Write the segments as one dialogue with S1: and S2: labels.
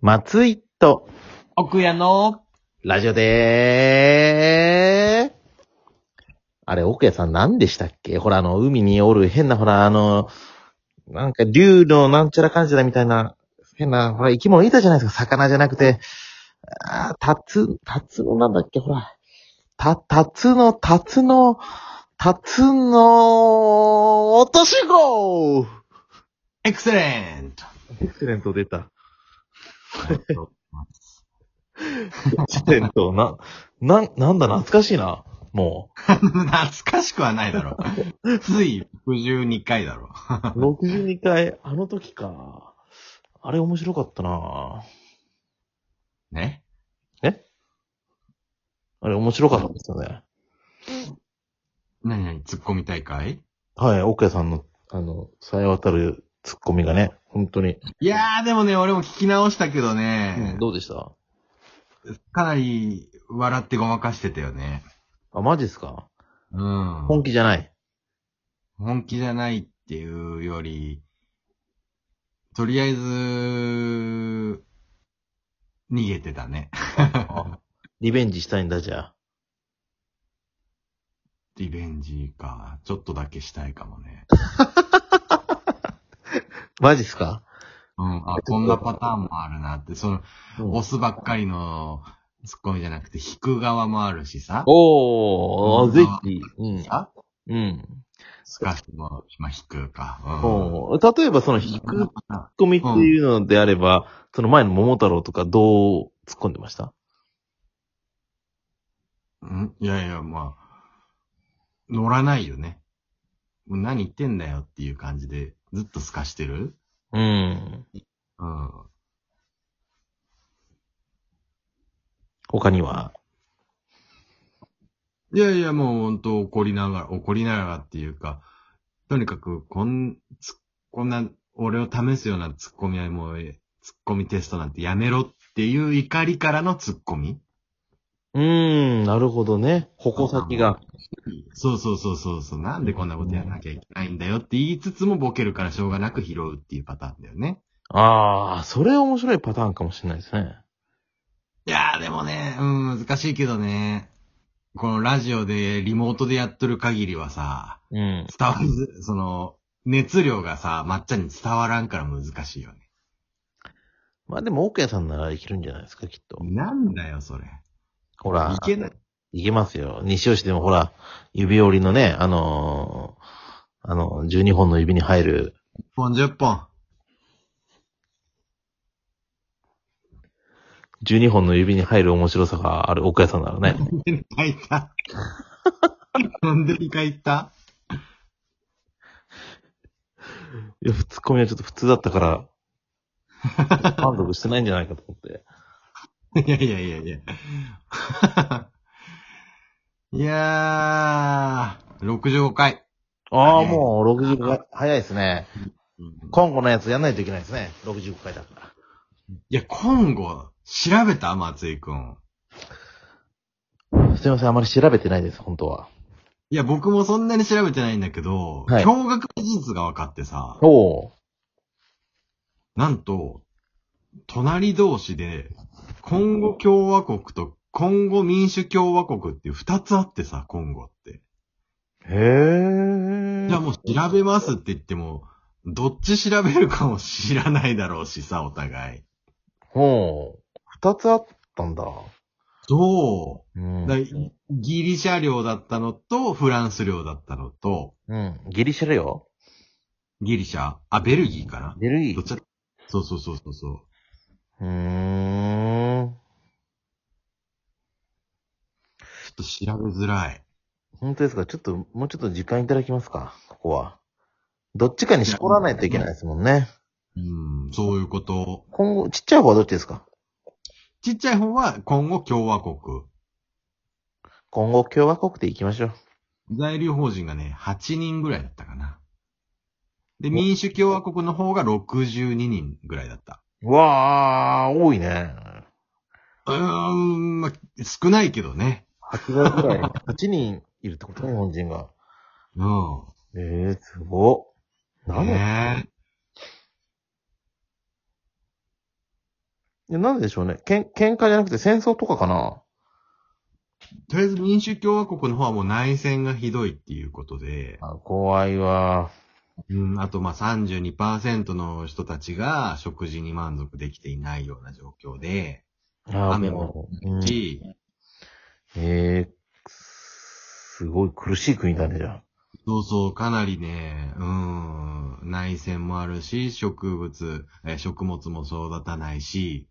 S1: 松井と、
S2: 奥屋の、
S1: ラジオでーあれ、奥屋さん何でしたっけほら、あの、海におる変な、ほら、あの、なんか、竜のなんちゃらかんちゃらみたいな、変な、ほら、生き物いたじゃないですか。魚じゃなくて、あータツ、タツのなんだっけほら、た、タツの、タツの、タツの、落とし子
S2: エクセレント。
S1: エクセレント出た。エクセレント、な、な、なんだ、懐かしいな。も
S2: 懐かしくはないだろ。つい62回だろ。
S1: う。62回、あの時か。あれ面白かったな
S2: ね
S1: あれ面白かったですよね。
S2: なになに、突っ込み大会
S1: はい、奥谷さんの、あの、さえ渡るツッコミがね、本当に。
S2: いやーでもね、俺も聞き直したけどね、
S1: どうでした
S2: かなり笑ってごまかしてたよね。
S1: あ、マジっすか
S2: うん。
S1: 本気じゃない。
S2: 本気じゃないっていうより、とりあえず、逃げてたね。
S1: リベンジしたいんだ、じゃあ。
S2: リベンジか。ちょっとだけしたいかもね。
S1: マジっすか
S2: うん、あ、こんなパターンもあるなって、その、
S1: お
S2: 押すばっかりのツッコミじゃなくて、引く側もあるしさ、
S1: おー、ぜひ。うん。
S2: あ
S1: うん。
S2: スカッシュも、まあ、引くか。うん。
S1: おー例えば、その、引くツッコミっていうのであれば、その前の桃太郎とかどう突っ込んでました
S2: うんいやいや、まあ、乗らないよね。もう何言ってんだよっていう感じで、ずっとスカしてる
S1: うん。
S2: うん。
S1: 他には。
S2: いやいや、もう本当怒りながら、怒りながらっていうか、とにかく、こん、つこんな、俺を試すようなツッコミはもう、えツッコミテストなんてやめろっていう怒りからのツッコミ
S1: うーん、なるほどね。矛先が。
S2: そうそうそうそうそう、なんでこんなことやらなきゃいけないんだよって言いつつもボケるからしょうがなく拾うっていうパターンだよね。
S1: ああ、それ面白いパターンかもしれないですね。
S2: いやーでもね、うん、難しいけどね、このラジオでリモートでやっとる限りはさ、
S1: うん。
S2: 伝わりず、その、熱量がさ、抹茶に伝わらんから難しいよね。
S1: まあでも、奥谷さんならいけるんじゃないですか、きっと。
S2: なんだよ、それ。
S1: ほら。
S2: いけない。
S1: いけますよ。西尾市でもほら、指折りのね、あのーあの、12本の指に入る。
S2: 1本10本。
S1: 12本の指に入る面白さがある奥谷さんならね。
S2: 書いた。なんで書いた
S1: いや、ツッコミはちょっと普通だった から、満足してないんじゃないかと思って。
S2: いやいやいやいや。いやー、65回。
S1: ああ、
S2: 早い
S1: もう65回、早いですね。今後のやつやんないといけないですね。65回だから。
S2: いや、今後、調べた松井くん。
S1: すいません、あまり調べてないです、本当は。
S2: いや、僕もそんなに調べてないんだけど、
S1: はい
S2: 驚愕の事実が分かってさ、
S1: おう
S2: なんと、隣同士で、今後共和国と今後民主共和国っていう二つあってさ、今後って。
S1: へえ
S2: じゃあもう調べますって言っても、どっち調べるかも知らないだろうしさ、お互い。
S1: ほう。二つあったんだ。
S2: ど
S1: う
S2: うんだギリシャ領だったのと、フランス領だったのと、
S1: うん。ギリシャだよ。
S2: ギリシャあ、ベルギーかな
S1: ベルギ
S2: どっ
S1: ー。
S2: ちだそうそうそうそうそう。
S1: うーん。
S2: ちょっと調べづらい。
S1: 本当ですかちょっと、もうちょっと時間いただきますかここは。どっちかに絞らないといけないですもんね。
S2: うん、そういうこと。
S1: 今後、ちっちゃい方はどっちですか
S2: ちっちゃい方は今後共和国。
S1: 今後共和国で行きましょう。
S2: 在留邦人がね、8人ぐらいだったかな。で、民主共和国の方が62人ぐらいだった。
S1: うわあ、多いね。
S2: うーん、まあ、少ないけどね。
S1: 8人 ぐらい、8人いるってこと日本人が。
S2: うん。
S1: ええー、すごっ。なんだ
S2: ねえ。
S1: いやなんでしょうね。けん、喧嘩じゃなくて戦争とかかな
S2: とりあえず民主共和国の方はもう内戦がひどいっていうことで、
S1: あ怖いわ。
S2: うん、あとまあ32%の人たちが食事に満足できていないような状況で、
S1: あ
S2: 雨も。
S1: うん
S2: し、
S1: えー、すごい苦しい国だね、じゃあ。
S2: そうそう、かなりね、うん、内戦もあるし、植物、えー食物も育たないし、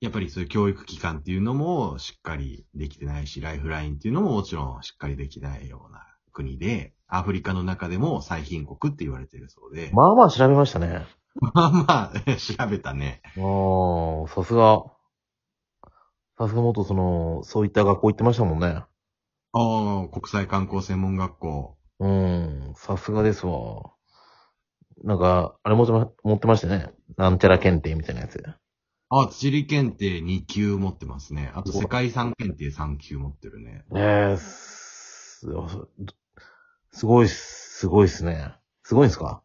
S2: やっぱりそういう教育機関っていうのもしっかりできてないし、ライフラインっていうのももちろんしっかりできないような国で、アフリカの中でも最貧国って言われてるそうで、
S1: まあまあ調べましたね。
S2: まあ まあ、調べたね。
S1: ああ、さすが。さすが元その、そういった学校行ってましたもんね。
S2: ああ、国際観光専門学校。
S1: うん、さすがですわ。なんか、あれ持ってま、持ってましたね。なんちゃら検定みたいなやつ。
S2: ああ、地理検定2級持ってますね。あと
S1: うわ
S2: 世界遺産検定3級持ってるね。
S1: ええす、すごいっす、すごいっすね。すごいんすか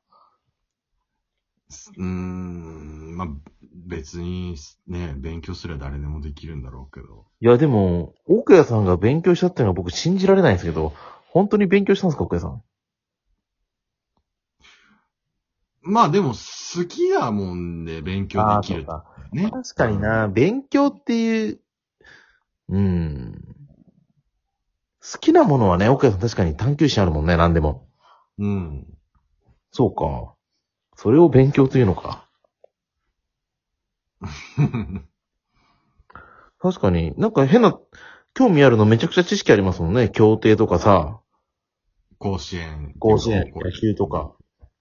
S2: うーん、まあ、別にね、勉強すれば誰でもできるんだろうけど。
S1: いや、でも、奥谷さんが勉強したっていうのは僕信じられないんですけど、本当に勉強したんですか、奥谷さん。
S2: まあでも、好きだもんで勉強できる
S1: か。
S2: ね。
S1: 確かにな、勉強っていう、うん。好きなものはね、岡谷さん確かに探求心あるもんね、何でも。
S2: うん。
S1: そうか。それを勉強というのか。確かに、なんか変な、興味あるのめちゃくちゃ知識ありますもんね。協定とかさ、
S2: 甲子園。
S1: 甲子園、野球とか。。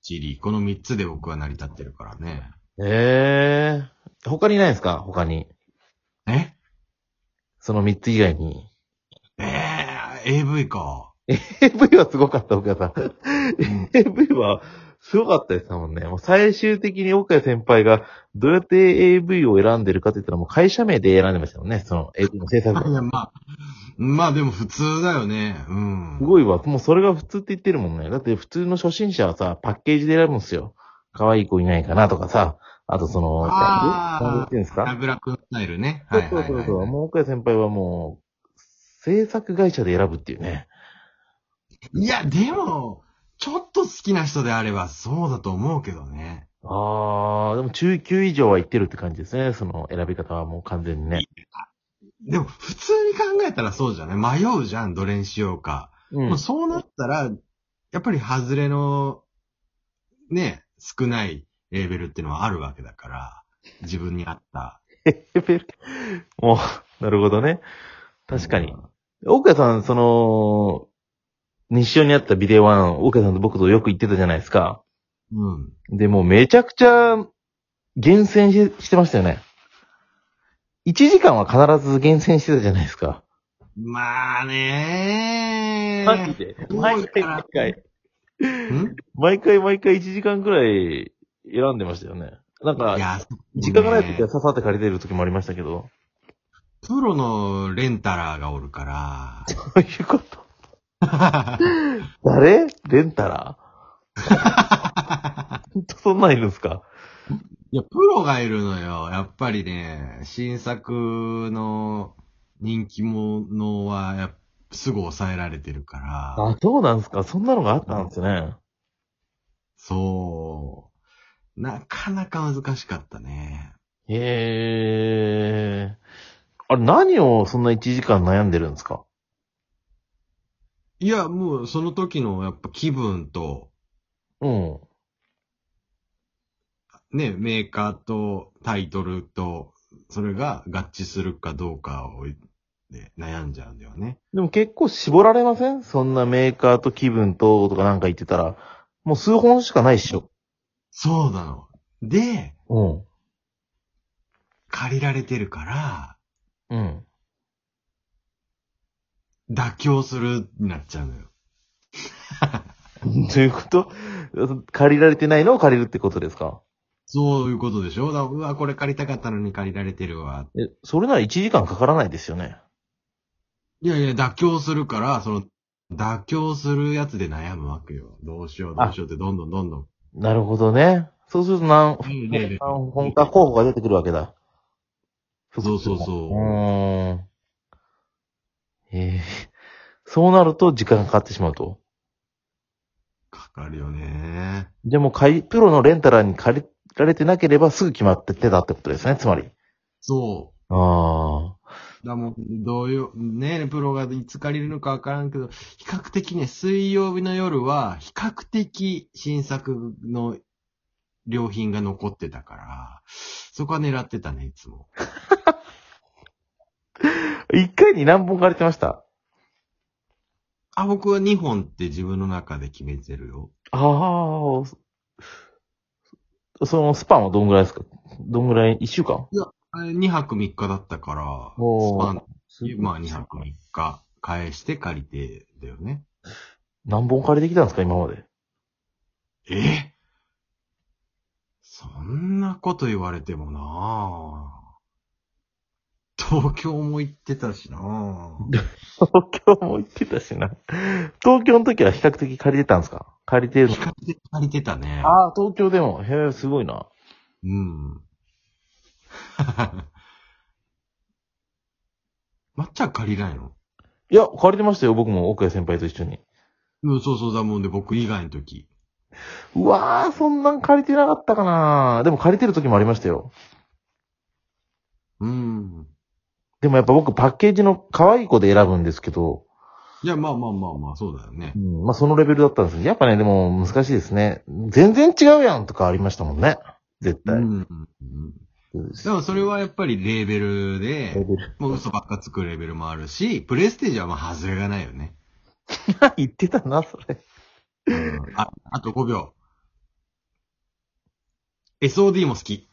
S2: 地理。この3つで僕は成り立ってるからね。
S1: ええ他にないですか他に。
S2: え
S1: その3つ以外に。
S2: えー、AV か。
S1: AV はすごかった、岡谷さん。AV はすごかったですもんね。もう最終的に岡谷先輩がどうやって AV を選んでるかって言ったらもう会社名で選んでましたもんね。その AV の制作
S2: いや、まあ、まあでも普通だよね。うん。
S1: すごいわ。もうそれが普通って言ってるもんね。だって普通の初心者はさ、パッケージで選ぶんですよ。可愛い子いないかなとかさ。あとその、
S2: あー
S1: なんていうんです
S2: ラ
S1: か
S2: ブラ君スタイルね。
S1: そ
S2: は
S1: う
S2: いはい
S1: そう
S2: はい。
S1: そうそう。もう岡谷先輩はもう、制作会社で選ぶっていうね。
S2: いや、でも、ちょっと好きな人であればそうだと思うけどね。
S1: あー、でも中級以上は行ってるって感じですね。その選び方はもう完全にね。
S2: でも、普通に考えたらそうじゃない迷うじゃん、どれにしようか。
S1: うん
S2: もうそうなったら、やっぱり外れの、ね、少ないレーベルっていうのはあるわけだから、自分に合った。
S1: レベル。もう、なるほどね。確かに。岡谷さん、その、西尾にあったビデオワン、岡谷さんと僕とよく行ってたじゃないですか。
S2: うん。
S1: で、もうめちゃくちゃ、厳選ししてましたよね。1時間は必ず厳選してたじゃないですか。
S2: まあね
S1: マジで。
S2: 多
S1: 毎
S2: い
S1: 回
S2: か
S1: 毎
S2: ら
S1: 回。
S2: ん
S1: 毎回毎回1時間くらい選んでましたよね。なん
S2: い
S1: か、
S2: や、
S1: 時間がない時
S2: ね
S1: はささって借りてる時もありましたけど。
S2: プロのレンタラーがおるか
S1: どういうこと
S2: ら。
S1: 誰レンタラーほ んとそんなんいるんですか
S2: いや、プロがいるのよ。やっぱりね、新作の人気者はやっすぐ抑えられてるから。
S1: あ、そうなんですかそんなのがあったんですね。
S2: そう。なかなか難しかったね。
S1: へえ。あれ、何をそんな1時間悩んでるんですか
S2: いや、もうその時のやっぱ気分と、
S1: うん。
S2: ね、メーカーとタイトルと、それが合致するかどうかをで悩んじゃうんだよね。
S1: でも結構絞られませんそんなメーカーと気分ととかなんか言ってたら、もう数本しかないっしょ。
S2: そうなの。で、
S1: うん。
S2: 借りられてるから、
S1: うん。
S2: 妥協するになっちゃうのよ。
S1: ということ 借りられてないのを借りるってことですか
S2: そういうことでしょだうわ、これ借りたかったのに借りられてるわ。
S1: え、それなら1時間かからないですよね。
S2: いやいや、妥協するから、その、妥協するやつで悩むわけよ。どうしよう、どうしようって、どんどんどんどん。
S1: なるほどね。そうすると何、
S2: うんねえねえ
S1: 何本か候補が出てくるわけだ。
S2: そうそう
S1: う
S2: そう。
S1: ーん。ええそうなると時間がかかってしまうと。
S2: かかるよね。
S1: でも、かいプロのレンタラーに借りられてなければすぐ決まってってたってことですね、つまり。
S2: そう。
S1: ああ。
S2: だもん、同様、ね、プロがいつ借りるのかわからんけど、比較的ね、水曜日の夜は、比較的新作の良品が残ってたから、そこは狙ってたね、いつも。
S1: 一回に何本借りてました
S2: あ、僕は2本って自分の中で決めてるよ。
S1: ああ。そのスパンはどんぐらいですかどんぐらい一週間
S2: あれ2泊3日だったから、
S1: おー
S2: スパン、まあ2泊3日返して借りてだよね。
S1: 何本借りてきたんですか今ま で。
S2: えそんなこと言われてもなぁ。東京も行ってたしなぁ。
S1: 東京も行ってたしな。東京の時は比較的借りてたんですか借りてるの
S2: 比較的借りてたね。
S1: ああ、東京でも。へえ、すごいな。
S2: うん。 まっちゃん借りないの
S1: いや、借りてましたよ。僕も奥谷先輩と一緒に。
S2: うん、そうそうだもんで、僕以外の時。
S1: うわー、そんなん借りてなかったかなでも借りてる時もありましたよ。
S2: うん。
S1: でもやっぱ僕パッケージの可愛い子で選ぶんですけど、
S2: いや、まあまあまあまあ、そうだよね
S1: う。ん、まあそのレベルだったんですけど、やっぱね、でも難しいですね。全然違うやんとかありましたもんね。絶
S2: う
S1: 対。
S2: ん。でもそれはやっぱりレーベルで
S1: レ、ベル。
S2: もう嘘ばっかつくレベルもあるし、プレステージはまあ外れがないよね。
S1: 言ってたな、それ。
S2: あ、あと5秒。SOD も好き。